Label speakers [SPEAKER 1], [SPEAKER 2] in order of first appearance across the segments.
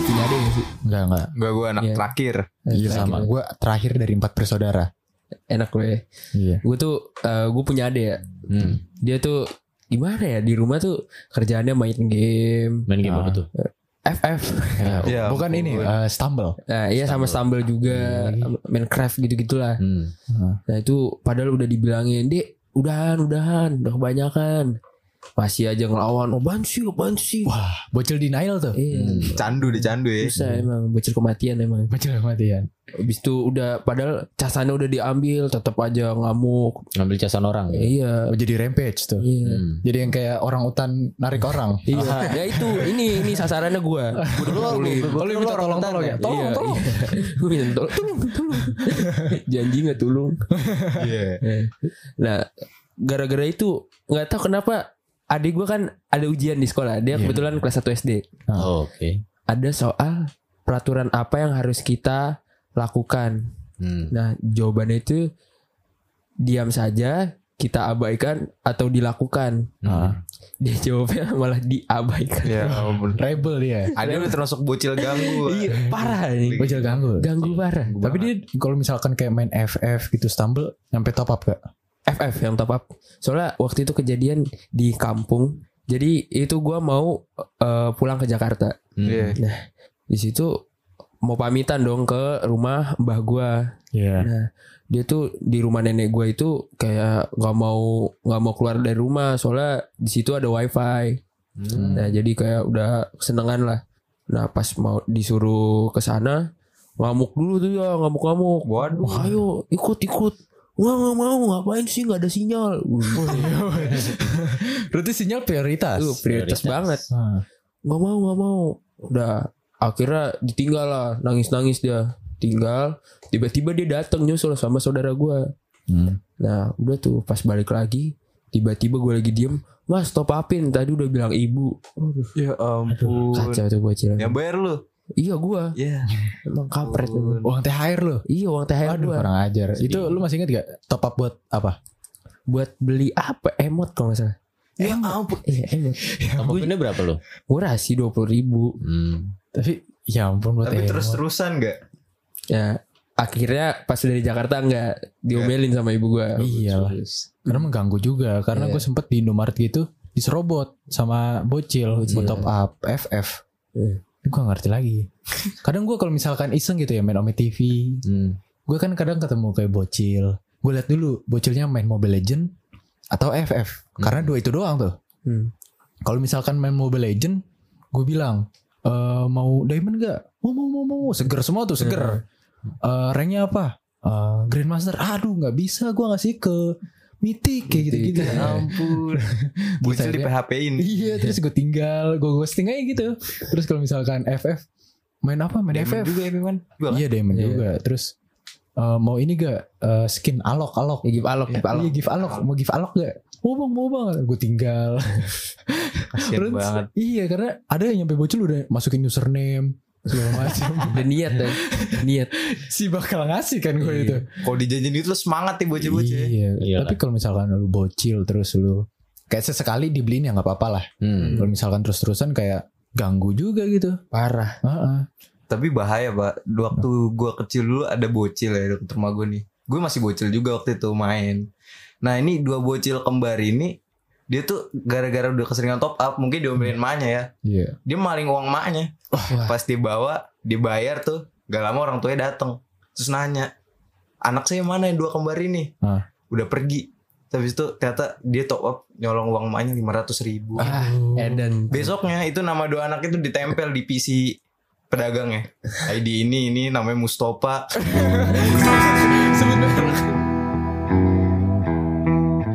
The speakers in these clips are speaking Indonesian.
[SPEAKER 1] sih?
[SPEAKER 2] Enggak, enggak.
[SPEAKER 1] Enggak gue anak
[SPEAKER 3] Iya.
[SPEAKER 1] terakhir.
[SPEAKER 2] Iya
[SPEAKER 3] Terakhir.
[SPEAKER 2] sama. Gue terakhir dari empat bersaudara.
[SPEAKER 3] Enak gue.
[SPEAKER 2] Iya.
[SPEAKER 3] Gue tuh eh, gue punya adek ya.
[SPEAKER 4] Hmm.
[SPEAKER 3] Dia tuh gimana ya di rumah tuh kerjaannya main game.
[SPEAKER 4] Main game apa
[SPEAKER 2] Ah.
[SPEAKER 4] tuh?
[SPEAKER 3] FF.
[SPEAKER 1] Iya,
[SPEAKER 2] Ya, Bukan
[SPEAKER 1] betul.
[SPEAKER 2] ini, eh, stumble.
[SPEAKER 3] Nah, iya sama Stumble juga, Minecraft gitu-gitulah.
[SPEAKER 4] Hmm.
[SPEAKER 3] Nah, itu padahal udah dibilangin, "Dek, udahan, udahan, udah kebanyakan." Masih aja ngelawan, "Oh, bansi, oh, bansi."
[SPEAKER 2] Wah, bocil denial tuh.
[SPEAKER 3] Iya,
[SPEAKER 1] Candu deh candu ya.
[SPEAKER 3] susah emang bocil kematian emang.
[SPEAKER 2] Bocil kematian.
[SPEAKER 3] Habis itu udah padahal casannya udah diambil, tetap aja ngamuk.
[SPEAKER 4] Ngambil casan orang. ya?
[SPEAKER 3] Iya.
[SPEAKER 2] Oh, jadi rampage tuh.
[SPEAKER 3] Iya.
[SPEAKER 4] Hmm.
[SPEAKER 2] Jadi yang kayak orang utan narik orang.
[SPEAKER 3] Iya. Ya itu, ini ini sasarannya gua. Gua udah pukulin.
[SPEAKER 2] Kalau minta tolong tolong ya. Tolong
[SPEAKER 3] Iya,
[SPEAKER 2] tolong.
[SPEAKER 3] iya. Gua minta tolong, tolong, tolong. Janji nggak tolong.
[SPEAKER 1] Iya.
[SPEAKER 3] Nah, gara-gara itu nggak tahu kenapa adik gue kan ada ujian di sekolah. Dia kebetulan kelas 1 SD.
[SPEAKER 4] Oh, Oke.
[SPEAKER 3] Ada soal peraturan apa yang harus kita lakukan.
[SPEAKER 4] Hmm.
[SPEAKER 3] Nah, jawabannya itu diam saja, kita abaikan atau dilakukan.
[SPEAKER 2] Ah.
[SPEAKER 3] Dia jawabnya malah diabaikan.
[SPEAKER 1] Ya
[SPEAKER 4] Hmm.
[SPEAKER 1] ampun.
[SPEAKER 2] Rebel dia.
[SPEAKER 1] Ada udah termasuk bocil ganggu.
[SPEAKER 3] Iya, parah ini.
[SPEAKER 2] Bocil ganggu.
[SPEAKER 3] Ganggu parah.
[SPEAKER 2] Tapi dia kalau misalkan kayak main FF gitu stumble nyampe top up gak?
[SPEAKER 3] FF yang top up. Soalnya waktu itu kejadian di kampung. Jadi itu gua mau eh, pulang ke Jakarta.
[SPEAKER 4] Hmm.
[SPEAKER 1] Iya.
[SPEAKER 3] di situ mau pamitan dong ke rumah mbah gua
[SPEAKER 2] Iya.
[SPEAKER 3] nah dia tuh di rumah nenek gua itu kayak nggak mau nggak mau keluar dari rumah soalnya di situ ada wifi
[SPEAKER 4] Hmm.
[SPEAKER 3] nah jadi kayak udah senengan lah nah pas mau disuruh ke sana ngamuk dulu tuh ya ngamuk-ngamuk
[SPEAKER 1] Waduh.
[SPEAKER 3] Wah, ayo ikut ikut Wah nggak mau ngapain sih nggak ada sinyal
[SPEAKER 2] Berarti sinyal prioritas.
[SPEAKER 3] Itu prioritas banget
[SPEAKER 2] Ah.
[SPEAKER 3] nggak mau nggak mau udah akhirnya ditinggal lah nangis nangis dia tinggal tiba-tiba dia datang nyusul sama saudara gua
[SPEAKER 2] Hmm.
[SPEAKER 3] nah udah tuh pas balik lagi tiba-tiba gua lagi diem mas top upin tadi udah bilang ibu Waduh,
[SPEAKER 1] Ya ampun.
[SPEAKER 3] kacau tuh bocil
[SPEAKER 1] Yang bayar lu.
[SPEAKER 3] iya gua
[SPEAKER 1] Iya.
[SPEAKER 3] emang kampret
[SPEAKER 1] Ampun.
[SPEAKER 2] Uang THR lo.
[SPEAKER 3] iya uang thr
[SPEAKER 2] Aduh,
[SPEAKER 3] gua
[SPEAKER 2] kurang ajar. Itu lu masih inget gak top up buat apa?
[SPEAKER 3] buat beli apa emot kalau nggak salah
[SPEAKER 1] Ya ampun.
[SPEAKER 3] iya emot
[SPEAKER 4] Top up-nya berapa lo?
[SPEAKER 3] gua rasi dua puluh ribu
[SPEAKER 4] Hmm.
[SPEAKER 2] Tapi ya ampun buat
[SPEAKER 1] Tapi
[SPEAKER 2] emot.
[SPEAKER 1] terus-terusan gak?
[SPEAKER 3] ya akhirnya pas dari Jakarta nggak diomelin sama ibu gua
[SPEAKER 2] Iyalah. Karena mengganggu juga. Karena
[SPEAKER 3] Hmm. Iya.
[SPEAKER 2] gue sempet di Indomaret gitu diserobot sama bocil,
[SPEAKER 3] Bocil.
[SPEAKER 2] buat top up FF.
[SPEAKER 3] Iya.
[SPEAKER 2] Ini Gue ngerti lagi. Kadang gue kalau misalkan iseng gitu ya main Ome TV,
[SPEAKER 4] Hmm.
[SPEAKER 2] gue kan kadang ketemu kayak bocil. Gue lihat dulu bocilnya main Mobile Legend atau FF. Karena dua itu doang tuh.
[SPEAKER 3] Hmm.
[SPEAKER 2] Kalau misalkan main Mobile Legend, gue bilang "Eh, mau diamond gak? Mau mau mau mau seger semua tuh
[SPEAKER 3] Iya.
[SPEAKER 2] seger. Eh, ranknya apa? Eh, Grandmaster. Aduh nggak bisa, gue ngasih ke Mythic kayak gitu gitu.
[SPEAKER 3] Ah,
[SPEAKER 1] Ya ampun. Bocil di PHP-in.
[SPEAKER 2] Iya, terus gue tinggal, gue ghosting aja gitu. Terus kalau misalkan FF main apa? Main
[SPEAKER 1] Diamond
[SPEAKER 2] FF.
[SPEAKER 1] juga ya Miman.
[SPEAKER 2] Iya diamond
[SPEAKER 3] Iya.
[SPEAKER 2] juga. Terus eh, mau ini gak Eh, skin alok alok?
[SPEAKER 3] Ya, give alok, give alok.
[SPEAKER 2] Iya give alok. Mau give alok gak? Mau bang, mau bang. Gue tinggal.
[SPEAKER 1] Kasian
[SPEAKER 2] Terus,
[SPEAKER 1] banget.
[SPEAKER 2] Iya karena ada yang nyampe bocil udah masukin username segala macam.
[SPEAKER 3] Udah niat eh. dan niat.
[SPEAKER 2] si bakal ngasih kan gue
[SPEAKER 3] Iya.
[SPEAKER 2] itu.
[SPEAKER 1] Kalau dijanjiin itu semangat nih bocil-bocil. ya.
[SPEAKER 2] Iya.
[SPEAKER 4] Iyalah.
[SPEAKER 2] Tapi kalau misalkan lu bocil terus lu kayak sesekali dibeliin ya nggak apa-apa lah.
[SPEAKER 4] Hmm.
[SPEAKER 2] Kalau misalkan terus-terusan kayak ganggu juga gitu.
[SPEAKER 3] Parah.
[SPEAKER 2] Heeh.
[SPEAKER 1] Tapi bahaya pak. Waktu gua kecil dulu ada bocil ya deket rumah gue nih. Gue masih bocil juga waktu itu main. Nah ini dua bocil kembar ini dia tuh gara-gara udah keseringan top up mungkin diomelin emaknya ya.
[SPEAKER 2] Iya.
[SPEAKER 1] Dia maling uang emaknya.
[SPEAKER 2] Ah.
[SPEAKER 1] Pas dibawa dibayar tuh gak lama orang tuanya dateng terus nanya anak saya mana yang dua kembar ini
[SPEAKER 2] Hah.
[SPEAKER 1] udah pergi. Tapi itu ternyata dia top up nyolong uang emaknya lima ratus ribu.
[SPEAKER 3] Ah, Eden.
[SPEAKER 1] Besoknya itu nama dua anak itu ditempel di PC pedagangnya. ID ini ini namanya Mustopa.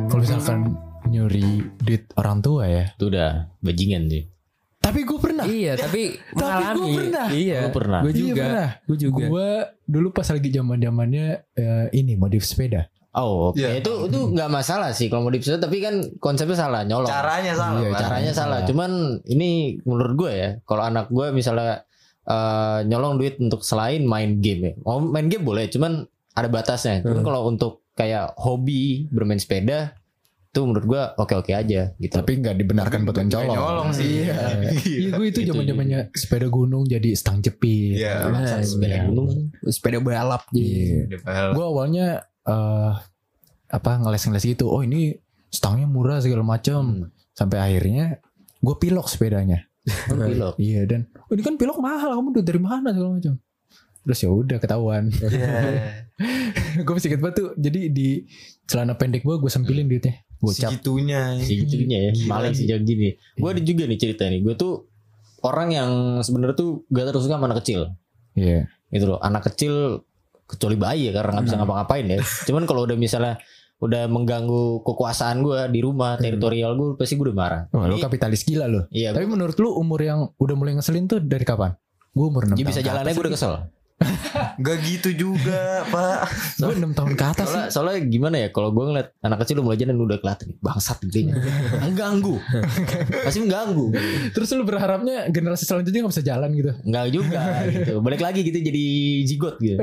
[SPEAKER 2] Kalau misalkan nyuri duit orang tua ya.
[SPEAKER 4] Itu udah bajingan sih.
[SPEAKER 2] Tapi gue pernah.
[SPEAKER 3] Iya, tapi mengalami.
[SPEAKER 2] gua pernah.
[SPEAKER 3] Iya.
[SPEAKER 4] Lu pernah?
[SPEAKER 3] Gue juga.
[SPEAKER 2] pernah.
[SPEAKER 3] Gue juga.
[SPEAKER 2] Gue dulu pas lagi zaman zamannya ini modif sepeda.
[SPEAKER 4] Oh, oke.
[SPEAKER 1] Iya.
[SPEAKER 4] itu itu nggak masalah sih kalau mau dipisah, tapi kan konsepnya salah nyolong.
[SPEAKER 1] Caranya salah.
[SPEAKER 2] Iya,
[SPEAKER 1] Pak.
[SPEAKER 2] cara-
[SPEAKER 4] Caranya salah.
[SPEAKER 2] salah.
[SPEAKER 4] Cuman ini menurut gue ya, kalau anak gue misalnya eh, nyolong duit untuk selain main game ya. Mau main game boleh, cuman ada batasnya. Cuman
[SPEAKER 3] Hmm.
[SPEAKER 4] kalau untuk kayak hobi bermain sepeda itu itu menurut gua oke-oke aja gitu.
[SPEAKER 5] Tapi nggak dibenarkan buat
[SPEAKER 1] Kayak
[SPEAKER 5] mencolok.
[SPEAKER 1] nyolong sih.
[SPEAKER 2] Iya. Iya gue itu
[SPEAKER 4] Itu
[SPEAKER 2] zaman zamannya sepeda gunung jadi stang jepit.
[SPEAKER 1] Iya.
[SPEAKER 3] Nah,
[SPEAKER 4] sepeda
[SPEAKER 2] iya.
[SPEAKER 4] gunung.
[SPEAKER 3] sepeda balap jadi
[SPEAKER 2] Iya. Gue awalnya eh apa ngeles-ngeles gitu. Oh ini stangnya murah segala macam. Sampai akhirnya gue pilok sepedanya.
[SPEAKER 4] kan pilok.
[SPEAKER 2] Iya dan "Oh, ini kan pilok mahal. Kamu udah dari mana segala macam. Terus ya udah ketahuan. gue masih inget banget tuh. Jadi di celana pendek gue gue sempilin
[SPEAKER 4] Hmm.
[SPEAKER 2] duitnya. Gue cap.
[SPEAKER 1] Segitunya.
[SPEAKER 4] segitunya ya
[SPEAKER 1] Gila
[SPEAKER 4] maling
[SPEAKER 1] sih.
[SPEAKER 4] sejak gini gue ada juga nih cerita nih gue tuh orang yang sebenarnya tuh gak terus suka sama anak kecil
[SPEAKER 2] Iya.
[SPEAKER 4] gitu loh anak kecil kecuali bayi ya karena nggak
[SPEAKER 2] Hmm.
[SPEAKER 4] bisa ngapa-ngapain ya cuman kalau udah misalnya udah mengganggu kekuasaan gue di rumah teritorial gue pasti gue udah marah
[SPEAKER 2] Wah lu
[SPEAKER 4] Jadi,
[SPEAKER 2] kapitalis gila lu.
[SPEAKER 4] iya
[SPEAKER 2] Hmm. Tapi menurut lu umur yang udah mulai ngeselin tuh dari kapan? Gue umur 6
[SPEAKER 4] jadi bisa
[SPEAKER 2] tahun.
[SPEAKER 4] jalannya gue udah kesel
[SPEAKER 1] Gak gitu juga, Pak.
[SPEAKER 2] Gue 6 tahun ke atas sih.
[SPEAKER 4] soalnya, soalnya gimana ya kalau gue ngeliat anak kecil udah mulai jalan udah kelihatan bangsat gedenya mengganggu pasti mengganggu
[SPEAKER 2] Terus lu berharapnya generasi selanjutnya gak bisa jalan gitu.
[SPEAKER 4] Enggak juga gitu. Balik lagi gitu jadi jigot gitu.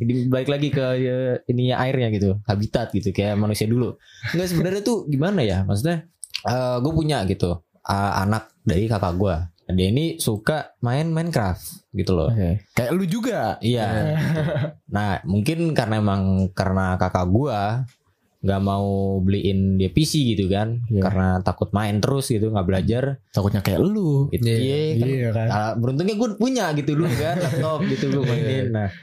[SPEAKER 4] jadi balik lagi ke ya, ininya airnya gitu, habitat gitu kayak manusia dulu. Enggak sebenarnya tuh gimana ya? Maksudnya eh gue punya gitu eh, anak dari kakak gue. Dia ini suka main Minecraft gitu loh.
[SPEAKER 2] Iya.
[SPEAKER 5] Kayak lu juga.
[SPEAKER 4] Iya. Nah, mungkin karena emang karena kakak gua nggak mau beliin dia PC gitu kan,
[SPEAKER 2] Iya.
[SPEAKER 4] karena takut main terus gitu nggak belajar.
[SPEAKER 2] Takutnya kayak lu.
[SPEAKER 4] Gitu. Iya, kan
[SPEAKER 2] kan.
[SPEAKER 4] Nah, beruntungnya gue punya gitu dulu kan laptop gitu gue mainin. Nah,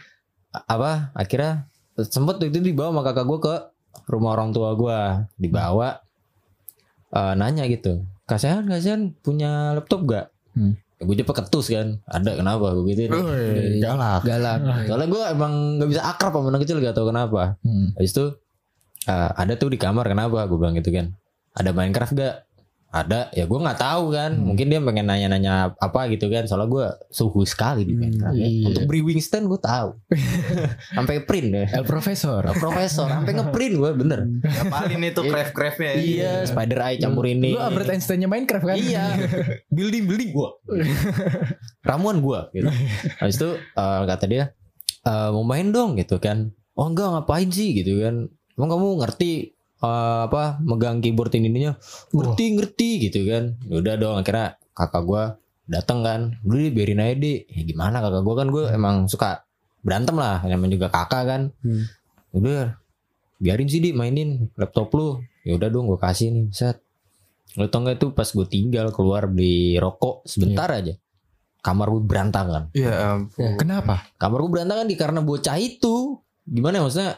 [SPEAKER 4] a- apa akhirnya sempet waktu itu dibawa sama kakak gue ke rumah orang tua gue dibawa eh, nanya gitu kasihan kasihan punya laptop gak?
[SPEAKER 2] Hmm.
[SPEAKER 4] Gue cepet ketus kan ada kenapa gue gitu.
[SPEAKER 5] Woi, galak.
[SPEAKER 4] Galak. Soalnya gue emang gak bisa akrab sama anak kecil gak tau kenapa.
[SPEAKER 2] Hmm.
[SPEAKER 4] Habis itu eh, ada tuh di kamar kenapa gue bilang gitu kan. Ada Minecraft gak? Ada. Ya gue nggak tahu kan. Mungkin dia pengen nanya-nanya apa gitu kan. Soalnya gue suhu sekali di Minecraft. ya.
[SPEAKER 2] iya.
[SPEAKER 4] Untuk Brewing stand gue tahu. sampai print ya.
[SPEAKER 2] El Profesor.
[SPEAKER 4] Profesor sampai ngeprint gue bener.
[SPEAKER 1] Ngapalin itu craft-craftnya.
[SPEAKER 4] iya, Spider Eye campur
[SPEAKER 2] Lu
[SPEAKER 4] ini.
[SPEAKER 2] Albert Einstein-nya Minecraft kan?
[SPEAKER 4] Iya. building building gua. Ramuan gua gitu. Habis itu eh, kata dia eh, mau main dong gitu kan. Oh enggak ngapain sih gitu kan. Emang kamu ngerti eh, apa megang keyboard ini ininya? Ngerti ngerti gitu kan. Ya Udah dong akhirnya kakak gua datang kan. Udah deh, biarin aja deh. Ya gimana kakak gua kan gua
[SPEAKER 2] Hmm.
[SPEAKER 4] emang suka berantem lah namanya juga kakak kan.
[SPEAKER 3] Hmm.
[SPEAKER 4] Udah biarin sih di mainin laptop lu. Ya udah dong gua kasih nih set. Lo tau gak tuh pas gue tinggal keluar beli rokok sebentar
[SPEAKER 2] Iya.
[SPEAKER 4] aja. Kamar gue berantakan.
[SPEAKER 1] Ya
[SPEAKER 4] Iya.
[SPEAKER 1] ampun.
[SPEAKER 2] Kenapa?
[SPEAKER 4] Kamar gue berantakan di karena bocah itu. Gimana ya maksudnya?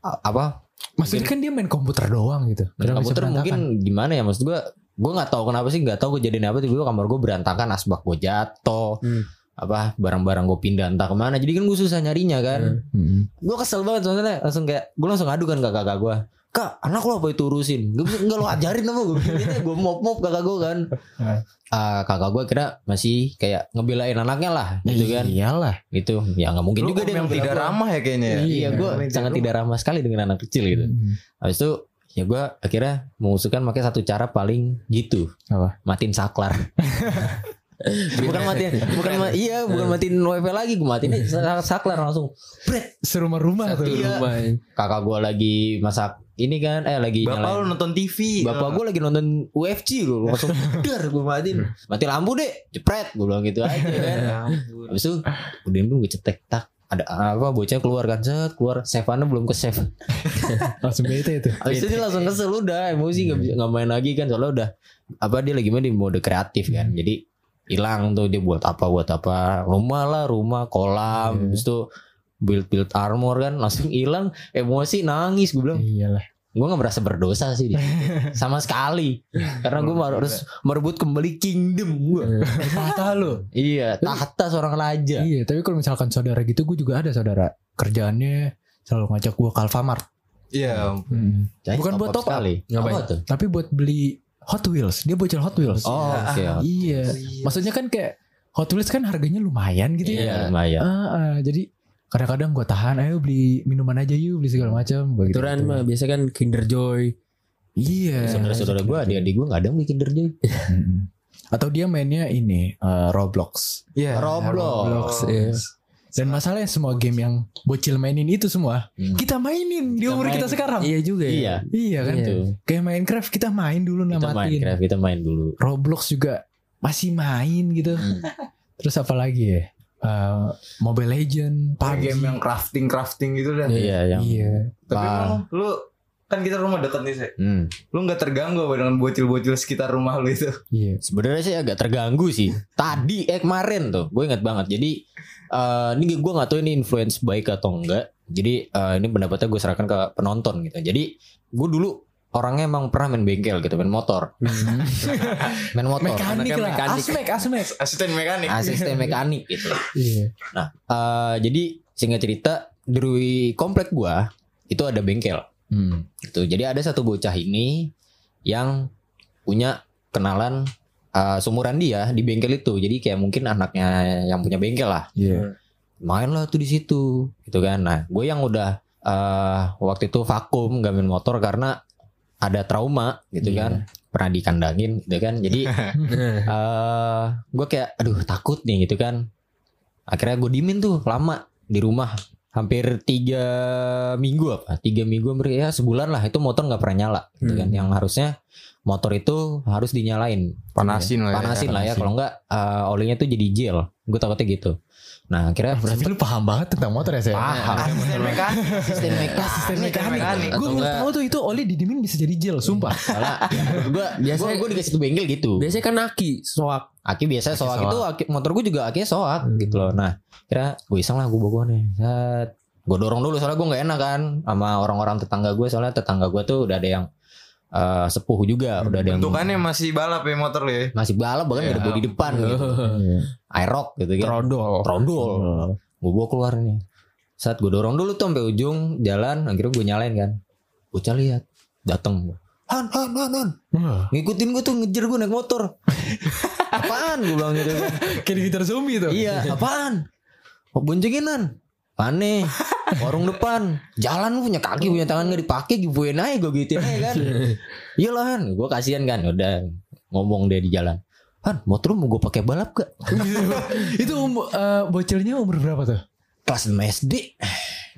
[SPEAKER 4] a- Apa?
[SPEAKER 2] Maksudnya kan dia main komputer doang gitu. Kenapa bisa
[SPEAKER 4] Komputer
[SPEAKER 2] berantakan?
[SPEAKER 4] mungkin gimana ya maksud gue? Gue nggak tahu kenapa sih nggak tahu kejadian apa tiba-tiba kamar gue berantakan asbak gue jatuh
[SPEAKER 3] Hmm.
[SPEAKER 4] apa barang-barang gue pindah entah kemana jadi kan gue susah nyarinya kan
[SPEAKER 2] Hmm.
[SPEAKER 4] gue kesel banget soalnya langsung kayak gue langsung adu kan ke kakak gue kak anak lo apa itu urusin gue bisa enggak lo ajarin apa gue gue mop mop kakak gue kan
[SPEAKER 2] Nah.
[SPEAKER 4] Ah, kakak gue kira masih kayak ngebelain anaknya lah gitu kan
[SPEAKER 2] Iyalah.
[SPEAKER 4] gitu ya nggak mungkin
[SPEAKER 1] Lu
[SPEAKER 4] juga dia
[SPEAKER 1] yang
[SPEAKER 4] ngebela
[SPEAKER 1] tidak
[SPEAKER 4] gua.
[SPEAKER 1] ramah ya kayaknya. ya?
[SPEAKER 4] iya gue
[SPEAKER 1] Yang
[SPEAKER 4] sangat
[SPEAKER 1] tidak
[SPEAKER 4] tidak ramah sekali dengan anak kecil gitu
[SPEAKER 2] Hmm.
[SPEAKER 4] habis itu ya gue akhirnya mengusulkan pakai satu cara paling gitu
[SPEAKER 2] Apa?
[SPEAKER 4] matiin saklar bukan matiin bukan ma- iya bukan matiin wifi lagi gue matiin aja saklar langsung
[SPEAKER 2] Serumah rumah tuh.
[SPEAKER 4] Iya. kakak gue lagi masak ini kan eh lagi
[SPEAKER 1] Bapak
[SPEAKER 4] nyalain
[SPEAKER 1] lu nonton TV.
[SPEAKER 4] bapak gue lagi nonton UFC loh langsung dar gue matiin mati lampu deh jepret gue bilang gitu aja kan
[SPEAKER 1] Ya ampun.
[SPEAKER 4] habis itu udah dulu gue cetek tak ada apa bocah keluar kan set keluar saveannya belum ke save
[SPEAKER 2] Langsung bete itu.
[SPEAKER 4] habis itu dia langsung kesel udah emosi nggak bisa nggak main lagi kan soalnya udah apa dia lagi main di mode kreatif kan jadi hilang tuh dia buat apa buat apa rumah lah rumah kolam habis itu build build armor kan langsung hilang emosi nangis gue bilang
[SPEAKER 2] Iyalah.
[SPEAKER 4] gue nggak merasa berdosa sih di sini. sama sekali karena gue harus merebut kembali kingdom gue
[SPEAKER 2] Patah lu.
[SPEAKER 4] iya tahta seorang raja
[SPEAKER 2] Iya, tapi kalau misalkan saudara gitu gue juga ada saudara. Kerjaannya selalu ngajak gue ke Alfamart.
[SPEAKER 1] Iya ampun.
[SPEAKER 2] Bukan buat top up.
[SPEAKER 4] kali
[SPEAKER 3] Ngapain?
[SPEAKER 4] apa tuh
[SPEAKER 2] Tapi buat beli Hot Wheels, dia bocil Hot Wheels.
[SPEAKER 4] oh oke
[SPEAKER 2] iya. Maksudnya kan kayak Hot Wheels kan harganya lumayan gitu ya.
[SPEAKER 4] iya lumayan
[SPEAKER 2] Ah, ah, jadi kadang-kadang gue tahan, ayo beli minuman aja yuk, beli segala macam. Gua gitu-gitu.
[SPEAKER 3] Aturan mah biasa kan Kinder Joy.
[SPEAKER 2] Iya.
[SPEAKER 4] Eh, saudara-saudara gue adik-adik gue nggak ada yang bikin derjo
[SPEAKER 2] Mm-mm. Atau dia mainnya ini eh, Roblox.
[SPEAKER 1] Iya.
[SPEAKER 4] Roblox.
[SPEAKER 2] iya. Dan masalahnya semua game yang bocil mainin itu semua
[SPEAKER 4] Hmm.
[SPEAKER 2] kita mainin di
[SPEAKER 4] Kita
[SPEAKER 2] umur kita
[SPEAKER 4] main.
[SPEAKER 2] sekarang.
[SPEAKER 3] Iya juga ya.
[SPEAKER 4] Iya.
[SPEAKER 2] Iya kan?
[SPEAKER 4] Itu.
[SPEAKER 2] Kayak Minecraft kita main dulu
[SPEAKER 4] Kita
[SPEAKER 2] namatin.
[SPEAKER 4] Minecraft kita main dulu.
[SPEAKER 2] Roblox juga masih main gitu. Terus apa lagi ya? Eh, Mobile Legend,
[SPEAKER 1] Pak
[SPEAKER 2] PUBG.
[SPEAKER 1] game yang crafting crafting gitu dah.
[SPEAKER 4] Iya yang.
[SPEAKER 2] Iya.
[SPEAKER 1] Tapi
[SPEAKER 4] Pak.
[SPEAKER 1] emang lu kan kita rumah deket nih sih.
[SPEAKER 4] Hmm.
[SPEAKER 1] Lu nggak terganggu apa dengan bocil-bocil sekitar rumah lu itu?
[SPEAKER 2] Iya.
[SPEAKER 4] Sebenarnya sih agak terganggu sih. Tadi eh kemarin tuh, gue ingat banget. Jadi eh, ini gue nggak tahu ini influence baik atau enggak. Jadi eh, ini pendapatnya gue serahkan ke penonton gitu. Jadi gue dulu orangnya emang pernah main bengkel gitu, main motor, main motor.
[SPEAKER 2] Hmm. Mekanik
[SPEAKER 4] Anaknya
[SPEAKER 2] lah. Asmek, asmek.
[SPEAKER 1] Asisten mekanik.
[SPEAKER 4] Asisten mekanik gitu.
[SPEAKER 2] Iya.
[SPEAKER 4] Eh, jadi singkat cerita dari komplek gua itu ada bengkel gitu. Jadi ada satu bocah ini yang punya kenalan eh, seumuran dia di bengkel itu. Jadi kayak mungkin anaknya yang punya bengkel lah.
[SPEAKER 2] Iya.
[SPEAKER 4] Main lah tuh di situ gitu kan. Nah, gue yang udah eh, waktu itu vakum gak main motor karena ada trauma gitu
[SPEAKER 2] Iya.
[SPEAKER 4] kan. Pernah dikandangin gitu kan. Jadi eh gue kayak aduh takut nih gitu kan akhirnya gue dimin tuh lama di rumah hampir tiga minggu apa tiga minggu hampir ya sebulan lah itu motor nggak pernah nyala gitu kan yang harusnya motor itu harus dinyalain
[SPEAKER 1] Panasin lah ya.
[SPEAKER 4] panasin lah ya kalau nggak eh, olinya tuh jadi gel gue takutnya gitu nah akhirnya
[SPEAKER 2] Berarti lu paham banget tentang motor ya saya.
[SPEAKER 4] paham
[SPEAKER 1] Asisten mekanik.
[SPEAKER 4] sistem
[SPEAKER 2] Asisten
[SPEAKER 1] Asisten
[SPEAKER 2] mekanik.
[SPEAKER 1] mekanik.
[SPEAKER 2] Gue
[SPEAKER 4] Atau
[SPEAKER 2] baru
[SPEAKER 4] enggak-
[SPEAKER 2] tahu tuh itu oli didimin bisa jadi gel, sumpah.
[SPEAKER 4] gue biasa
[SPEAKER 3] Biasanya-
[SPEAKER 4] gue dikasih tuh bengkel gitu
[SPEAKER 3] Biasanya kan Naki soak.
[SPEAKER 4] Aki biasanya
[SPEAKER 1] Aki
[SPEAKER 4] soak,
[SPEAKER 1] soak.
[SPEAKER 4] itu aki- motor gue juga akinya soak gitu loh. Nah, kira gue iseng lah gue bawa nih. Set. Gue dorong dulu soalnya gue nggak enak kan sama orang-orang tetangga gue soalnya tetangga gue tuh udah ada yang eh, sepuh juga, udah ada yang
[SPEAKER 1] Bentukannya masih balap ya motor lu ya.
[SPEAKER 4] masih balap bahkan
[SPEAKER 1] Ya.
[SPEAKER 4] ada bodi depan gitu. Aerox gitu kan.
[SPEAKER 3] Trodol.
[SPEAKER 4] Trondol.
[SPEAKER 2] Hmm.
[SPEAKER 4] Gue bawa keluar nih. Saat gue dorong dulu tuh sampai ujung jalan, akhirnya gue nyalain kan. Bocah lihat, dateng. Han, han, han, han. Ngikutin gue tuh ngejar gue naik motor. Apaan gue bilang gitu. kan.
[SPEAKER 2] Kayak di gitar zombie tuh.
[SPEAKER 4] Iya, apaan? Oh, boncenginan. Aneh. Warung depan. Jalan lu punya kaki, punya tangan gak dipakai, gibuin aja gue gituin aja kan. Iyalah kan, gue kasihan kan. Udah ngomong dia di jalan. Han, motor lu mau gue pakai balap gak?
[SPEAKER 2] itu um, eh, bocilnya umur berapa tuh?
[SPEAKER 4] Kelas 6 SD.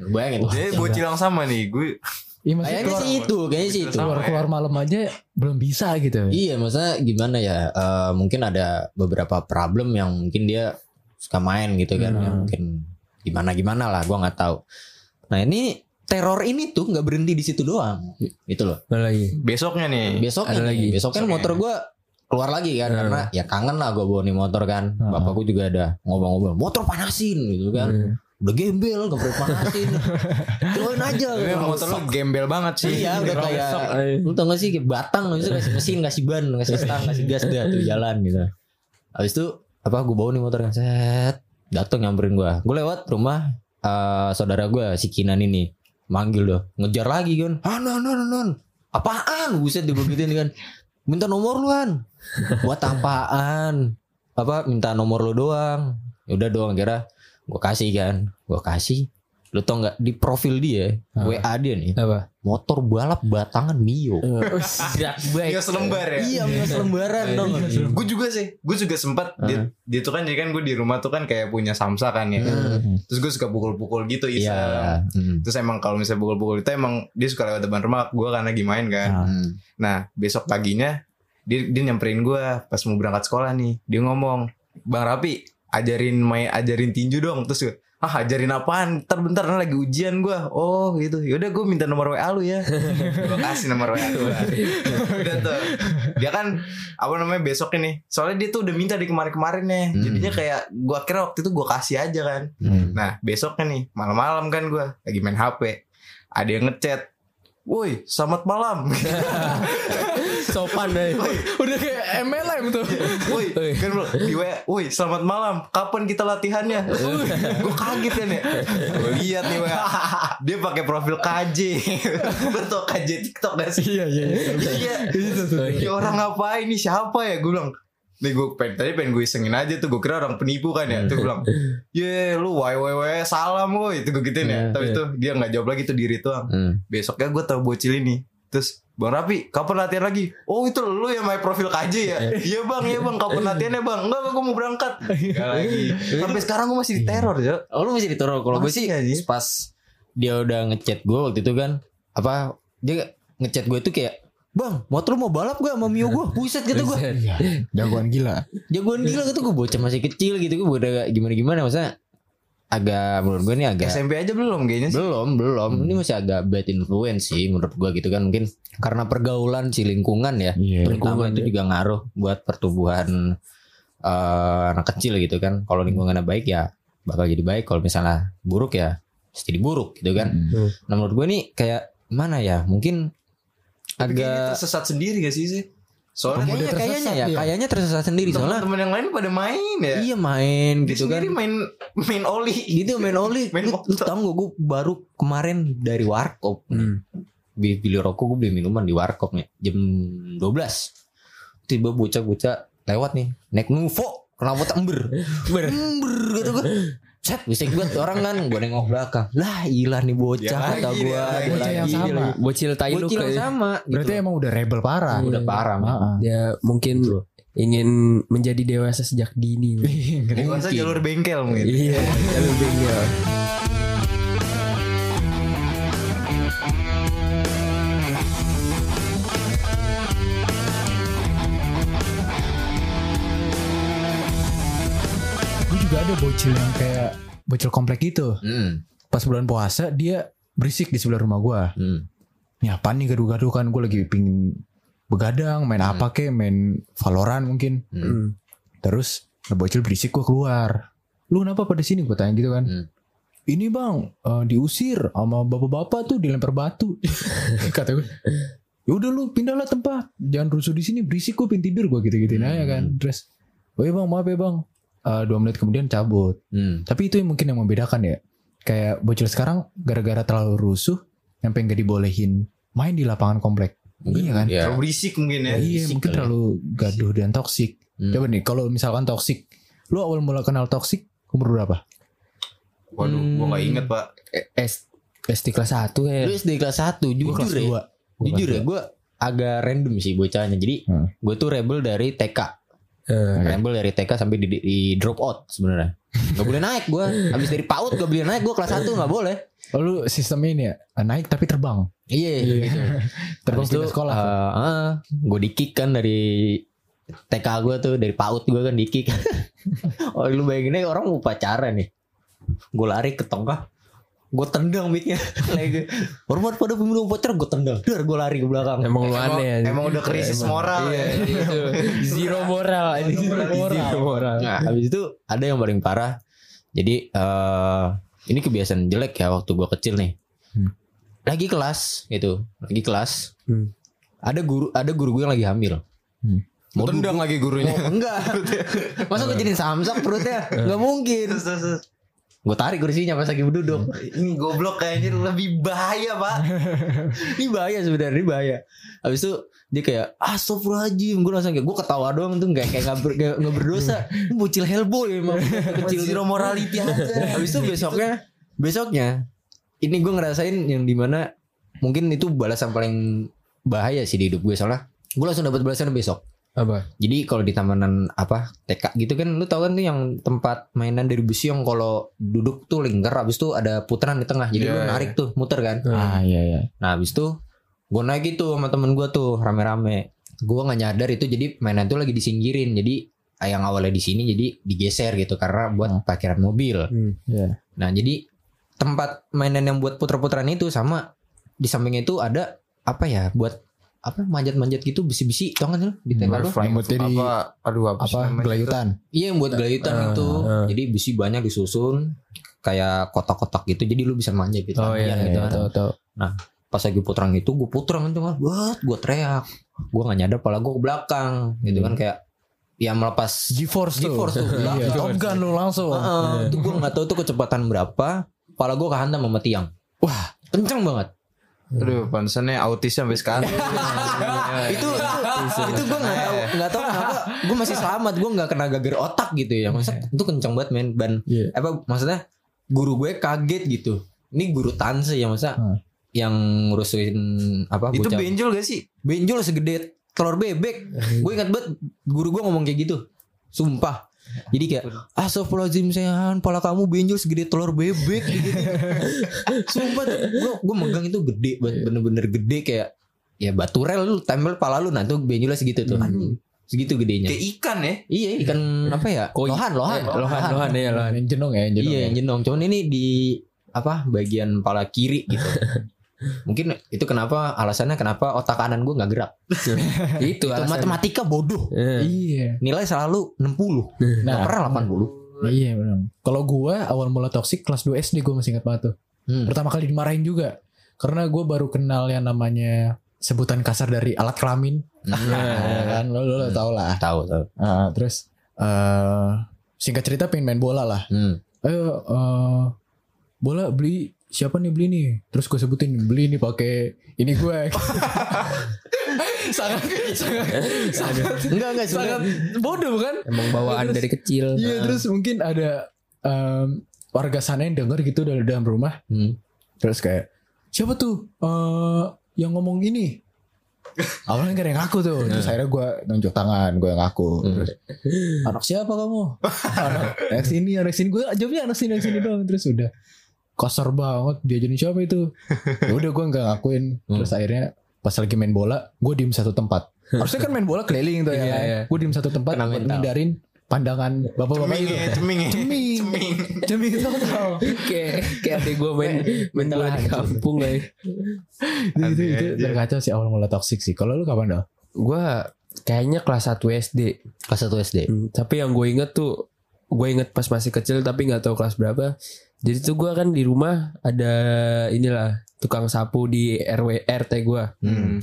[SPEAKER 4] Lu Bayangin.
[SPEAKER 1] Jadi bocil yang sama nih. Gue
[SPEAKER 2] Iya maksudnya
[SPEAKER 4] iya. Kayaknya
[SPEAKER 2] keluar,
[SPEAKER 4] sih itu, kayaknya sih itu.
[SPEAKER 1] Sama
[SPEAKER 2] keluar,
[SPEAKER 1] ya.
[SPEAKER 2] keluar malam aja belum bisa gitu.
[SPEAKER 4] Iya, maksudnya gimana ya? Eh, mungkin ada beberapa problem yang mungkin dia suka main gitu kan, yang mungkin gimana gimana lah, gua nggak tahu. Nah ini teror ini tuh nggak berhenti di situ doang, gitu loh.
[SPEAKER 3] Apa lagi?
[SPEAKER 1] besoknya nih.
[SPEAKER 4] Besok
[SPEAKER 3] Ada lagi.
[SPEAKER 4] lagi, besok kan
[SPEAKER 1] Besoknya.
[SPEAKER 4] motor gua keluar lagi kan,
[SPEAKER 3] Hmm.
[SPEAKER 4] karena ya kangen lah gua bawa nih motor kan.
[SPEAKER 2] Hmm.
[SPEAKER 4] Bapak gua juga ada ngobong-ngobong, motor panasin gitu kan.
[SPEAKER 3] Hmm.
[SPEAKER 4] Udah gembel, gak perlu panasin. Keluarin aja.
[SPEAKER 1] Tapi
[SPEAKER 4] gitu.
[SPEAKER 1] motor lu gembel banget sih.
[SPEAKER 4] Iya udah kayak Lu tau gak sih kayak batang gitu Kasih mesin, kasih ban, kasih stang, kasih gas Udah tuh jalan gitu Habis itu Apa gue bawa nih motor kan Set Dateng nyamperin gue Gue lewat rumah eh, Saudara gue Si Kinan ini Manggil loh Ngejar lagi kan Ah non non non Apaan Buset dibegitin kan Minta nomor lu Han Buat apaan Apa Minta nomor lu doang Ya Udah doang kira Gue kasih kan Gue kasih Lu tau gak Di profil dia
[SPEAKER 2] Ah.
[SPEAKER 4] WA dia nih
[SPEAKER 2] Apa?
[SPEAKER 4] motor balap batangan Mio.
[SPEAKER 1] Iya selembar ya.
[SPEAKER 4] Iya, Mio selembaran dong.
[SPEAKER 2] iya,
[SPEAKER 1] Gue juga sih, gue juga sempat dia, dia tuh kan jadi kan gue di rumah tuh kan kayak punya samsa kan ya. Terus gue suka pukul-pukul gitu
[SPEAKER 4] Hmm. Iya.
[SPEAKER 1] Isa.
[SPEAKER 4] Hmm.
[SPEAKER 1] Terus emang kalau misalnya pukul-pukul itu emang dia suka lewat depan rumah gue karena lagi main kan.
[SPEAKER 4] Hmm.
[SPEAKER 1] Nah besok paginya dia, dia nyamperin gue pas mau berangkat sekolah nih. Dia ngomong, Bang Rapi ajarin main ajarin tinju dong. Terus gue, ah ajarin apaan? Ntar bentar ntar lagi ujian gue. Oh gitu. Yaudah gue minta nomor WA lu ya. gue kasih nomor WA gue.
[SPEAKER 4] Iya.
[SPEAKER 1] Udah tuh. Dia kan apa namanya besok ini. Soalnya dia tuh udah minta di kemarin-kemarin nih.
[SPEAKER 4] Hmm.
[SPEAKER 1] Jadinya kayak gue kira waktu itu gue kasih aja kan.
[SPEAKER 4] Hmm.
[SPEAKER 1] Nah besoknya nih malam-malam kan gue lagi main HP ada yang ngechat, woi selamat malam,
[SPEAKER 3] Sopan deh.
[SPEAKER 2] Udah kayak MLM tuh.
[SPEAKER 1] woi kan bro, di WA, woi selamat malam, kapan kita latihannya? gue kaget kan ya, Gua lihat nih WA, dia pakai profil KJ, Lu tau KJ TikTok gak sih?
[SPEAKER 2] iya iya. iya.
[SPEAKER 1] Iya, ini orang ngapain nih siapa ya? Gue bilang, nih gue pengen, tadi pengen gue isengin aja tuh, gue kira orang penipu kan ya. Tuh gue bilang, ye lu www
[SPEAKER 2] Iya,
[SPEAKER 1] salam woi, itu gue gituin ya. Tapi tuh dia nggak jawab lagi tuh diri tuh.
[SPEAKER 4] Hmm.
[SPEAKER 1] besoknya gue tau bocil ini Terus Bang Rapi, kapan latihan lagi? Oh itu lu yang main profil KJ ya? Iya bang, iya bang, kapan latihannya bang? Enggak, enggak, gue mau berangkat. Enggak lagi. Sampai sekarang gue masih diteror ya.
[SPEAKER 4] Oh lu masih diteror Kalau gue sih
[SPEAKER 1] Masih, anjing.
[SPEAKER 4] pas dia udah ngechat gue waktu itu kan apa dia ngechat gue itu kayak Bang, motor lu mau balap gak sama Mio gue? Buset gitu gue.
[SPEAKER 5] Jagoan gila.
[SPEAKER 1] Iya.
[SPEAKER 4] Jagoan gila gitu gue bocah masih kecil gitu gue udah gimana-gimana maksudnya agak menurut gue nih agak
[SPEAKER 1] SMP aja belum kayaknya sih.
[SPEAKER 4] belum belum
[SPEAKER 1] Hmm.
[SPEAKER 4] ini masih agak bad influence sih menurut gua gitu kan mungkin karena pergaulan si lingkungan ya
[SPEAKER 3] Iya.
[SPEAKER 4] lingkungan itu juga ngaruh buat pertumbuhan eh, anak kecil gitu kan
[SPEAKER 1] Hmm.
[SPEAKER 4] kalau lingkungannya baik ya bakal jadi baik kalau misalnya buruk ya pasti jadi buruk gitu
[SPEAKER 1] Hmm.
[SPEAKER 4] kan nah menurut gua nih kayak mana ya mungkin
[SPEAKER 1] Tapi kayaknya
[SPEAKER 4] agak
[SPEAKER 1] tersesat sendiri gak sih sih? Soalnya
[SPEAKER 4] kayaknya kayaknya ya
[SPEAKER 2] tersesat ya.
[SPEAKER 4] kayaknya tersesat sendiri soalnya
[SPEAKER 1] teman-teman yang lain pada main ya.
[SPEAKER 4] iya main
[SPEAKER 1] Dia
[SPEAKER 4] gitu kan
[SPEAKER 1] sendiri main main oli.
[SPEAKER 4] gitu main oli
[SPEAKER 1] Main
[SPEAKER 4] lu, lu
[SPEAKER 1] motor.
[SPEAKER 4] tau gak gue baru kemarin dari warkop beli beli rokok gue beli minuman di warkop nih jam 12 tiba bocah-bocah lewat nih naik nuvo kenapa tak ember ember gitu kan set bisa buat orang kan gue nengok belakang lah ilah nih bocah
[SPEAKER 1] Dia
[SPEAKER 4] kata
[SPEAKER 1] lagi,
[SPEAKER 4] gue
[SPEAKER 1] dia lagi.
[SPEAKER 2] Bocah yang sama.
[SPEAKER 3] Bocil tai lu
[SPEAKER 4] bocil yang
[SPEAKER 3] kayak.
[SPEAKER 4] sama gitu
[SPEAKER 2] Berarti emang udah rebel parah.
[SPEAKER 3] Udah
[SPEAKER 4] parah man.
[SPEAKER 2] Heeh.
[SPEAKER 3] Ya mungkin ingin menjadi dewasa sejak dini.
[SPEAKER 4] Iya,
[SPEAKER 1] Dewasa jalur bengkel mungkin.
[SPEAKER 3] Iya, jalur bengkel.
[SPEAKER 2] Gue juga ada bocil yang kayak bocil komplek gitu.
[SPEAKER 4] Hmm,
[SPEAKER 2] Pas bulan puasa dia berisik di sebelah rumah gua.
[SPEAKER 4] hmm.
[SPEAKER 2] Nih apa nih gaduh-gaduh kan gue lagi pingin begadang, main apa kek, main Valorant mungkin.
[SPEAKER 4] Hmm.
[SPEAKER 2] Terus ada bocil berisik gue keluar. Lu kenapa pada sini gue tanya gitu kan?
[SPEAKER 4] Hmm.
[SPEAKER 2] Ini bang eh, diusir sama bapak-bapak tuh dilempar batu. Kata gue. Ya udah lu pindahlah tempat, jangan rusuh di sini berisik gue pin tidur gue gitu-gituin aja kan.
[SPEAKER 4] Hmm.
[SPEAKER 2] Terus, oh iya bang maaf ya bang. Eh, dua menit kemudian cabut.
[SPEAKER 4] hmm.
[SPEAKER 2] Tapi itu yang mungkin yang membedakan ya. Kayak bocil sekarang gara-gara terlalu rusuh, sampai nggak dibolehin main di lapangan komplek.
[SPEAKER 4] Mungkin,
[SPEAKER 2] iya kan?
[SPEAKER 4] ya.
[SPEAKER 1] Terlalu berisik mungkin ya.
[SPEAKER 2] iya,
[SPEAKER 4] berisik
[SPEAKER 2] mungkin
[SPEAKER 4] kali ya.
[SPEAKER 2] terlalu gaduh dan toksik.
[SPEAKER 4] Hmm.
[SPEAKER 2] Coba nih, kalau misalkan toksik, lu awal mula kenal toksik umur berapa?
[SPEAKER 1] Waduh, gua nggak inget pak.
[SPEAKER 3] S SD kelas ya. 1 kayak.
[SPEAKER 4] Terus di kelas 1
[SPEAKER 2] Gua
[SPEAKER 4] jujur
[SPEAKER 2] kelas
[SPEAKER 4] ya
[SPEAKER 2] dua. Gua
[SPEAKER 4] jujur
[SPEAKER 2] kelas
[SPEAKER 4] ya gue agak random sih bocahnya jadi
[SPEAKER 2] Hmm.
[SPEAKER 4] gue tuh rebel dari TK rebel dari TK sampai di, di- di drop out sebenarnya Gak boleh naik gue habis dari PAUD gak boleh naik gue kelas 1 gak boleh
[SPEAKER 2] dua. Oh, lu sistemnya ini ya, naik tapi terbang.
[SPEAKER 4] iya
[SPEAKER 3] Eh,
[SPEAKER 4] gitu.
[SPEAKER 2] Terbang
[SPEAKER 4] Habis itu,
[SPEAKER 2] pindah sekolah.
[SPEAKER 4] eh, eh, gue dikick kan dari TK gue tuh dari PAUD gue kan dikick oh lu bayangin aja orang mau pacaran nih gue lari ke tongkah gue tendang mic-nya Lagi, hormat pada pemilu pacar gue tendang dar gue lari ke belakang
[SPEAKER 3] Emang lu
[SPEAKER 1] Emang,
[SPEAKER 3] aneh ya.
[SPEAKER 1] emang udah krisis moral ya.
[SPEAKER 3] iya. Zero moral. Zero moral.
[SPEAKER 4] Nah, habis itu ada yang paling parah. Jadi eh ini kebiasaan jelek ya waktu gua kecil nih.
[SPEAKER 2] Hmm.
[SPEAKER 4] Lagi kelas gitu, lagi kelas.
[SPEAKER 3] Hmm.
[SPEAKER 4] Ada guru ada guru gue yang lagi hamil.
[SPEAKER 2] Hmm.
[SPEAKER 4] Mau du-
[SPEAKER 1] Tendang lagi gurunya.
[SPEAKER 4] mau- Oh, enggak. Masa gue jadi samsak perutnya? Enggak mungkin.
[SPEAKER 1] Terus, terus, terus.
[SPEAKER 4] Gue Eh. tarik kursinya pas lagi duduk.
[SPEAKER 1] Ini goblok kayaknya lebih bahaya pak.
[SPEAKER 4] ini bahaya sebenarnya ini bahaya habis itu dia kayak astagfirullahaladzim gue langsung kayak gue ketawa doang tuh kayak kayak nggak ber- nggak- nggak berdosa Ini bocil hellboy emang kecil zero morality aja habis itu besoknya besoknya ini gue ngerasain yang dimana mungkin itu balasan paling bahaya sih di hidup gue soalnya gue langsung dapat balasan besok
[SPEAKER 3] Apa?
[SPEAKER 4] jadi kalau di tamanan apa TK gitu kan lu tau kan tuh yang tempat mainan dari busi yang kalau duduk tuh lingkar habis itu ada putaran di tengah jadi lu
[SPEAKER 1] Iya,
[SPEAKER 4] narik tuh muter kan
[SPEAKER 2] ah iya iya.
[SPEAKER 4] Nah habis itu gue naik gitu sama temen gue tuh rame-rame. Gue nggak nyadar itu jadi mainan itu lagi disingkirin. Jadi eh, yang awalnya di sini jadi digeser gitu karena buat parkiran mobil.
[SPEAKER 3] Hmm,
[SPEAKER 2] iya.
[SPEAKER 4] Nah jadi tempat mainan yang buat puter-puteran itu sama di sampingnya itu ada apa ya buat apa manjat-manjat gitu besi-besi tau kan lu di
[SPEAKER 2] Hmm,
[SPEAKER 4] tembok lu?
[SPEAKER 2] Yang buat jadi
[SPEAKER 1] apa? Aduh apa? sih
[SPEAKER 2] apa
[SPEAKER 1] namanya?
[SPEAKER 2] gelayutan.
[SPEAKER 4] Iya yang buat gelayutan
[SPEAKER 3] Ah,
[SPEAKER 4] itu.
[SPEAKER 3] ah.
[SPEAKER 4] Jadi besi banyak disusun kayak kotak-kotak gitu. Jadi lu bisa manjat gitu.
[SPEAKER 3] Oh iya,
[SPEAKER 4] Manjat
[SPEAKER 3] iya,
[SPEAKER 4] gitu kan.
[SPEAKER 3] tau, tau.
[SPEAKER 4] pas lagi putrang itu gue putrang itu kan buat gue teriak gue nggak nyadar pala gue ke belakang gitu kan kayak ya melepas
[SPEAKER 2] G-force tuh.
[SPEAKER 4] G-force Ah, tuh.
[SPEAKER 2] Iya,
[SPEAKER 4] Belakang.
[SPEAKER 2] Top Gun lu langsung. Iya.
[SPEAKER 4] Heeh, itu gue nggak tahu tuh kecepatan berapa pala gue kehantam sama tiang wah kenceng banget
[SPEAKER 1] Aduh, pantesannya autis sampai sekarang.
[SPEAKER 4] itu itu, itu gue nggak tahu nggak tahu kenapa gue masih selamat gue nggak kena gager otak gitu ya maksudnya itu kenceng banget men ban
[SPEAKER 3] Iya.
[SPEAKER 4] apa maksudnya guru gue kaget gitu ini guru tanse ya masa
[SPEAKER 2] Hmm.
[SPEAKER 4] yang ngurusin apa
[SPEAKER 1] Itu
[SPEAKER 4] bocah-
[SPEAKER 1] benjol gak sih?
[SPEAKER 4] benjol segede telur bebek. gue ingat banget guru gue ngomong kayak gitu. Sumpah. Jadi kayak Astagfirullahaladzim sehan Pala kamu benjol segede telur bebek gitu. Sumpah gue, gue megang itu gede banget, Bener-bener gede kayak Ya batu rel lu Tempel pala lu Nanti benjolnya segitu tuh Segitu gedenya
[SPEAKER 1] Kayak ikan ya.
[SPEAKER 4] Iya ikan apa ya
[SPEAKER 3] Koi.
[SPEAKER 4] Lohan Lohan
[SPEAKER 3] lohan, lohan ya, lohan.
[SPEAKER 2] Yang jenong ya, yang jenong.
[SPEAKER 4] Iya
[SPEAKER 2] ya.
[SPEAKER 4] yang jenong. Cuman ini di apa bagian pala kiri gitu. Mungkin itu kenapa alasannya kenapa otak kanan gue nggak gerak.
[SPEAKER 3] itu
[SPEAKER 4] Itu
[SPEAKER 3] alasan.
[SPEAKER 4] matematika bodoh.
[SPEAKER 3] Eh,
[SPEAKER 2] Iya.
[SPEAKER 4] Nilai selalu 60. Nah,
[SPEAKER 2] Nah,
[SPEAKER 4] pernah 80.
[SPEAKER 2] iya benar. Kalau gua awal mula toksik kelas 2 SD gua masih ingat banget tuh.
[SPEAKER 4] Hmm.
[SPEAKER 2] Pertama kali dimarahin juga. Karena gua baru kenal yang namanya sebutan kasar dari alat kelamin. Nah,
[SPEAKER 4] Iya.
[SPEAKER 2] kan lo, lo, lo tau lah.
[SPEAKER 4] Tahu tahu.
[SPEAKER 2] Ah, terus eh singkat cerita pengen main bola lah.
[SPEAKER 4] Hmm.
[SPEAKER 2] Ayo eh, bola beli siapa nih beli nih? Terus gue sebutin beli nih pakai ini gue. sangat sangat sangat
[SPEAKER 4] Enggak enggak
[SPEAKER 2] sangat bodoh kan?
[SPEAKER 3] emang bawaan dari kecil Ah,
[SPEAKER 2] Iya terus mungkin ada em, warga sana yang denger gitu dari dalam rumah.
[SPEAKER 4] Hmm.
[SPEAKER 2] Terus kayak siapa tuh eh, yang ngomong ini? Awalnya gak ada yang ngaku tuh. Terus
[SPEAKER 3] Iya.
[SPEAKER 2] akhirnya gue
[SPEAKER 5] nunjuk tangan gue ngaku
[SPEAKER 3] Hmm.
[SPEAKER 5] terus
[SPEAKER 2] anak siapa kamu? anak anak sini, anak sini. Gue jawabnya anak sini, anak sini doang. Terus udah kasar banget dia jadi siapa itu? Ya udah gue nggak ngakuin.
[SPEAKER 3] Hmm.
[SPEAKER 2] Terus akhirnya pas lagi main bola, gue diem satu tempat. Harusnya kan main bola keliling tuh ya.
[SPEAKER 3] Iya, iya.
[SPEAKER 2] Gue diem satu tempat
[SPEAKER 4] Kena
[SPEAKER 2] buat
[SPEAKER 4] mental.
[SPEAKER 2] ngindarin pandangan bapak-bapak
[SPEAKER 1] Ceming
[SPEAKER 2] itu.
[SPEAKER 1] ya, ceming ya.
[SPEAKER 2] Ceming.
[SPEAKER 1] Ceming.
[SPEAKER 2] Ceming total.
[SPEAKER 3] kayak kayak adik gue main main bola di kampung ya. lah
[SPEAKER 2] itu itu, itu
[SPEAKER 1] Aneh aja.
[SPEAKER 2] terkacau sih awal mula toksik sih. Kalau lu kapan dong?
[SPEAKER 3] gue kayaknya kelas 1 SD
[SPEAKER 4] Kelas 1 SD.
[SPEAKER 3] Hmm, tapi yang gue inget tuh gue inget pas masih kecil tapi nggak tahu kelas berapa jadi tuh gue kan di rumah ada inilah tukang sapu di RW RT gue
[SPEAKER 1] Hmm.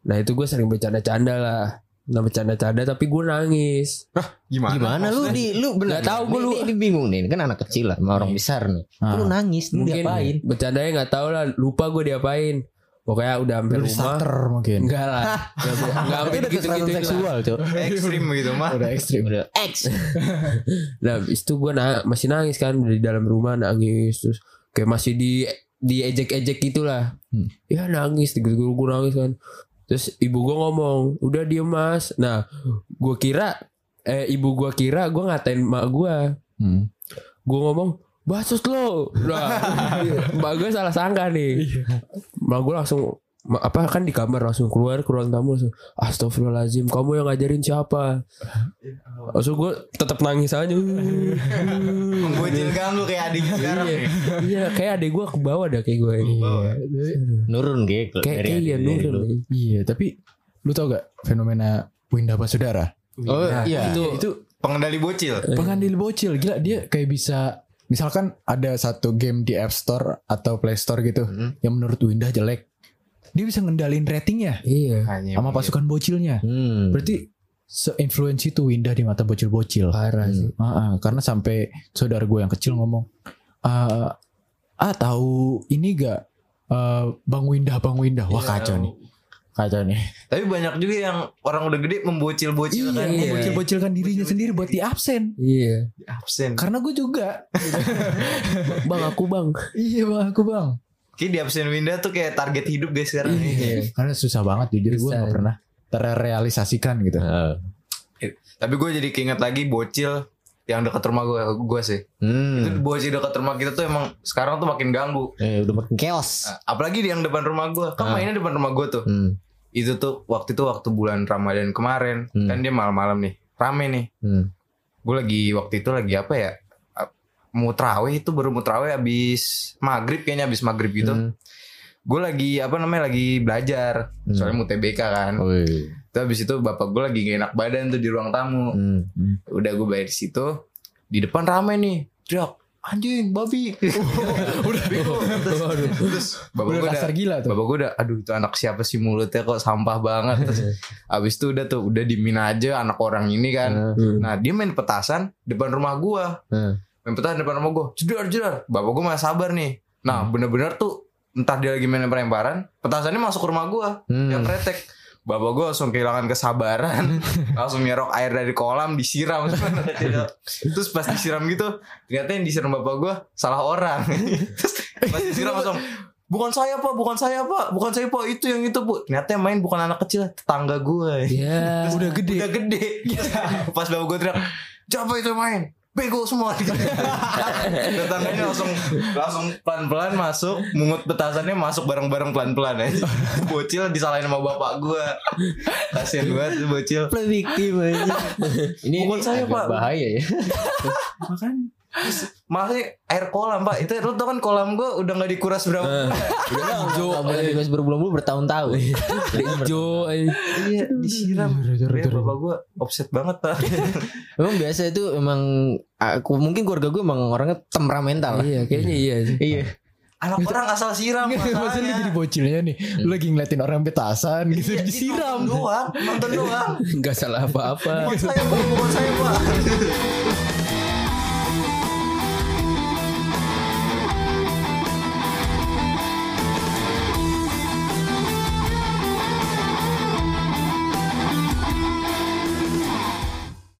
[SPEAKER 3] nah itu gue sering bercanda-canda lah nah bercanda-canda tapi gue nangis
[SPEAKER 1] Gimana?
[SPEAKER 4] Gimana lu di lu Ah. benar
[SPEAKER 3] Nggak tahu gua
[SPEAKER 4] gue
[SPEAKER 3] lu.
[SPEAKER 4] Ini bingung nih, kan anak kecil lah sama orang besar nih. Lu nangis, lu
[SPEAKER 3] mungkin
[SPEAKER 4] diapain?
[SPEAKER 3] bercandanya nggak tahu lah lupa gue diapain pokoknya udah hampir
[SPEAKER 2] Lu
[SPEAKER 3] rumah
[SPEAKER 2] starter mungkin.
[SPEAKER 3] enggak lah Nggak, gua- nggak
[SPEAKER 4] Itu
[SPEAKER 3] sampai
[SPEAKER 4] udah
[SPEAKER 3] gitu
[SPEAKER 4] kekerasan
[SPEAKER 3] gitu
[SPEAKER 4] seksual, Cok.
[SPEAKER 1] Ekstrim gitu mah.
[SPEAKER 2] Udah ekstrim.
[SPEAKER 4] Udah X.
[SPEAKER 3] nah habis itu gue na- masih nangis kan udah di dalam rumah nangis terus kayak masih di diejek-ejek gitulah
[SPEAKER 2] Hmm.
[SPEAKER 3] ya nangis diguru-guru gua nangis kan terus ibu gue ngomong udah diem mas nah gue kira eh ibu gue kira gue ngatain mak gue
[SPEAKER 2] Hmm.
[SPEAKER 3] gue ngomong basus lo nah, mbak gue salah sangka nih mbak gue langsung ma- apa kan di kamar langsung keluar ke ruang tamu langsung astagfirullahaladzim kamu yang ngajarin siapa langsung gue tetap nangis aja
[SPEAKER 1] Bocil ganggu kayak adik sekarang. nih.
[SPEAKER 3] iya kayak adek gue ke bawah dah kayak gue
[SPEAKER 1] Bawah.
[SPEAKER 4] Nurun gitu.
[SPEAKER 3] kayak kayak iya nurun
[SPEAKER 2] Iya, tapi lu tau gak fenomena Winda Basudara?
[SPEAKER 4] Oh
[SPEAKER 3] Nah,
[SPEAKER 4] iya.
[SPEAKER 3] itu iya.
[SPEAKER 2] Itu
[SPEAKER 1] Pengendali bocil.
[SPEAKER 2] pengandil bocil, gila dia kayak bisa misalkan ada satu game di App Store atau Play Store gitu
[SPEAKER 3] Hmm.
[SPEAKER 2] yang menurut Winda jelek. Dia bisa ngendalin ratingnya
[SPEAKER 3] iya
[SPEAKER 1] Hanya
[SPEAKER 2] sama pasukan bocilnya.
[SPEAKER 4] Hmm.
[SPEAKER 2] Berarti seinfluensi itu Winda di mata bocil-bocil.
[SPEAKER 3] parah sih
[SPEAKER 2] Ah, ah, karena sampai saudara gue yang kecil ngomong, ah, ah tahu ini gak Ah, Bang Winda, Bang Winda, wah
[SPEAKER 3] Iya.
[SPEAKER 2] kacau nih, kacau nih.
[SPEAKER 1] Tapi banyak juga yang orang udah gede membocil-bocil kan.
[SPEAKER 3] Iya.
[SPEAKER 2] Bocil-bocilkan dirinya sendiri buat di absen.
[SPEAKER 3] iya
[SPEAKER 1] Absen.
[SPEAKER 2] Karena gue juga.
[SPEAKER 3] bang aku bang
[SPEAKER 2] iya bang, aku bang.
[SPEAKER 1] Kayak di absen Winda tuh kayak target hidup guys sekarang. ya.
[SPEAKER 3] Iya.
[SPEAKER 2] Karena susah banget jujur gue
[SPEAKER 3] Susah.
[SPEAKER 2] gak pernah terrealisasikan gitu.
[SPEAKER 1] Tapi gue jadi keinget lagi bocil yang dekat rumah gue gue sih.
[SPEAKER 4] Hmm.
[SPEAKER 1] Itu bocil dekat rumah kita tuh emang sekarang tuh makin ganggu.
[SPEAKER 2] Ya,
[SPEAKER 1] Nah,
[SPEAKER 4] Eh, udah makin chaos.
[SPEAKER 1] Apalagi di yang depan rumah gue.
[SPEAKER 4] Ah.
[SPEAKER 1] Kan mainnya depan rumah gue tuh.
[SPEAKER 4] Hmm.
[SPEAKER 1] Itu tuh waktu itu waktu bulan Ramadan kemarin.
[SPEAKER 4] Hmm.
[SPEAKER 1] Kan dia malam-malam nih. Rame nih.
[SPEAKER 4] Hmm.
[SPEAKER 1] Gue lagi waktu itu lagi apa ya? ap- Mau terawih itu baru mau terawih abis maghrib kayaknya abis maghrib gitu.
[SPEAKER 4] Hmm.
[SPEAKER 1] Gue lagi apa namanya lagi belajar.
[SPEAKER 4] Hmm.
[SPEAKER 1] Soalnya mau TBK kan.
[SPEAKER 4] Woi.
[SPEAKER 1] Terus abis itu bapak gue lagi gak enak badan tuh di ruang tamu.
[SPEAKER 4] Hmm.
[SPEAKER 1] Udah gue bayar di situ. Di depan ramai nih. Jok. Anjing, babi. udah. terus, terus bapak
[SPEAKER 2] Udah
[SPEAKER 1] gue udah.
[SPEAKER 2] kasar gitu. gila tuh.
[SPEAKER 1] Bapak gue udah, aduh itu anak siapa sih mulutnya kok sampah banget. Terus abis itu udah tuh, udah dimin aja anak orang ini kan.
[SPEAKER 2] Hmm.
[SPEAKER 1] Nah dia main petasan depan rumah gue.
[SPEAKER 4] Hmm.
[SPEAKER 1] Main petasan depan rumah gue. Jedar, jedar. Bapak gue masih sabar nih. Nah
[SPEAKER 2] Hmm.
[SPEAKER 1] bener-bener tuh entah dia lagi main lempar-lemparan. Petasannya masuk ke rumah gue.
[SPEAKER 4] Hmm.
[SPEAKER 1] Yang kretek. Bapak gue langsung kehilangan kesabaran Langsung nyerok air dari kolam Disiram Terus pas disiram gitu Ternyata yang disiram bapak gue Salah orang Terus pas disiram langsung bukan saya pak bukan saya pak bukan saya pak itu yang itu bu ternyata yang main bukan anak kecil tetangga gue
[SPEAKER 3] Ya.
[SPEAKER 1] Terus udah gede Iya. udah gede pas bawa gue teriak siapa itu yang main bego semua Gitu. tetangganya langsung langsung pelan pelan masuk mungut petasannya masuk bareng bareng pelan pelan aja bocil disalahin sama bapak gue kasian banget si bocil
[SPEAKER 4] Prediktif aja. ini
[SPEAKER 1] Bukan
[SPEAKER 4] ini
[SPEAKER 1] saya, Pak.
[SPEAKER 4] agak bahaya ya.
[SPEAKER 1] makan masih air kolam pak itu lu tau kan kolam gue udah nggak dikuras berapa
[SPEAKER 3] Hijau,
[SPEAKER 4] Kamu lagi guys berbulan-bulan bertahun-tahun.
[SPEAKER 3] hijau. eh.
[SPEAKER 1] Iya disiram Iya bapak gue offset banget pak
[SPEAKER 4] Emang biasa itu emang aku mungkin keluarga gue emang orangnya temperamental.
[SPEAKER 3] Iya, kayaknya iya. sih.
[SPEAKER 4] Iya.
[SPEAKER 1] Anak orang asal siram
[SPEAKER 2] Maksudnya jadi
[SPEAKER 1] masalahnya
[SPEAKER 2] bocilnya nih Lu lagi ngeliatin orang petasan
[SPEAKER 1] Iya,
[SPEAKER 2] gitu Disiram
[SPEAKER 1] Nonton doang Nonton doang
[SPEAKER 3] Enggak salah apa-apa.
[SPEAKER 1] Bukan saya pak Bukan saya pak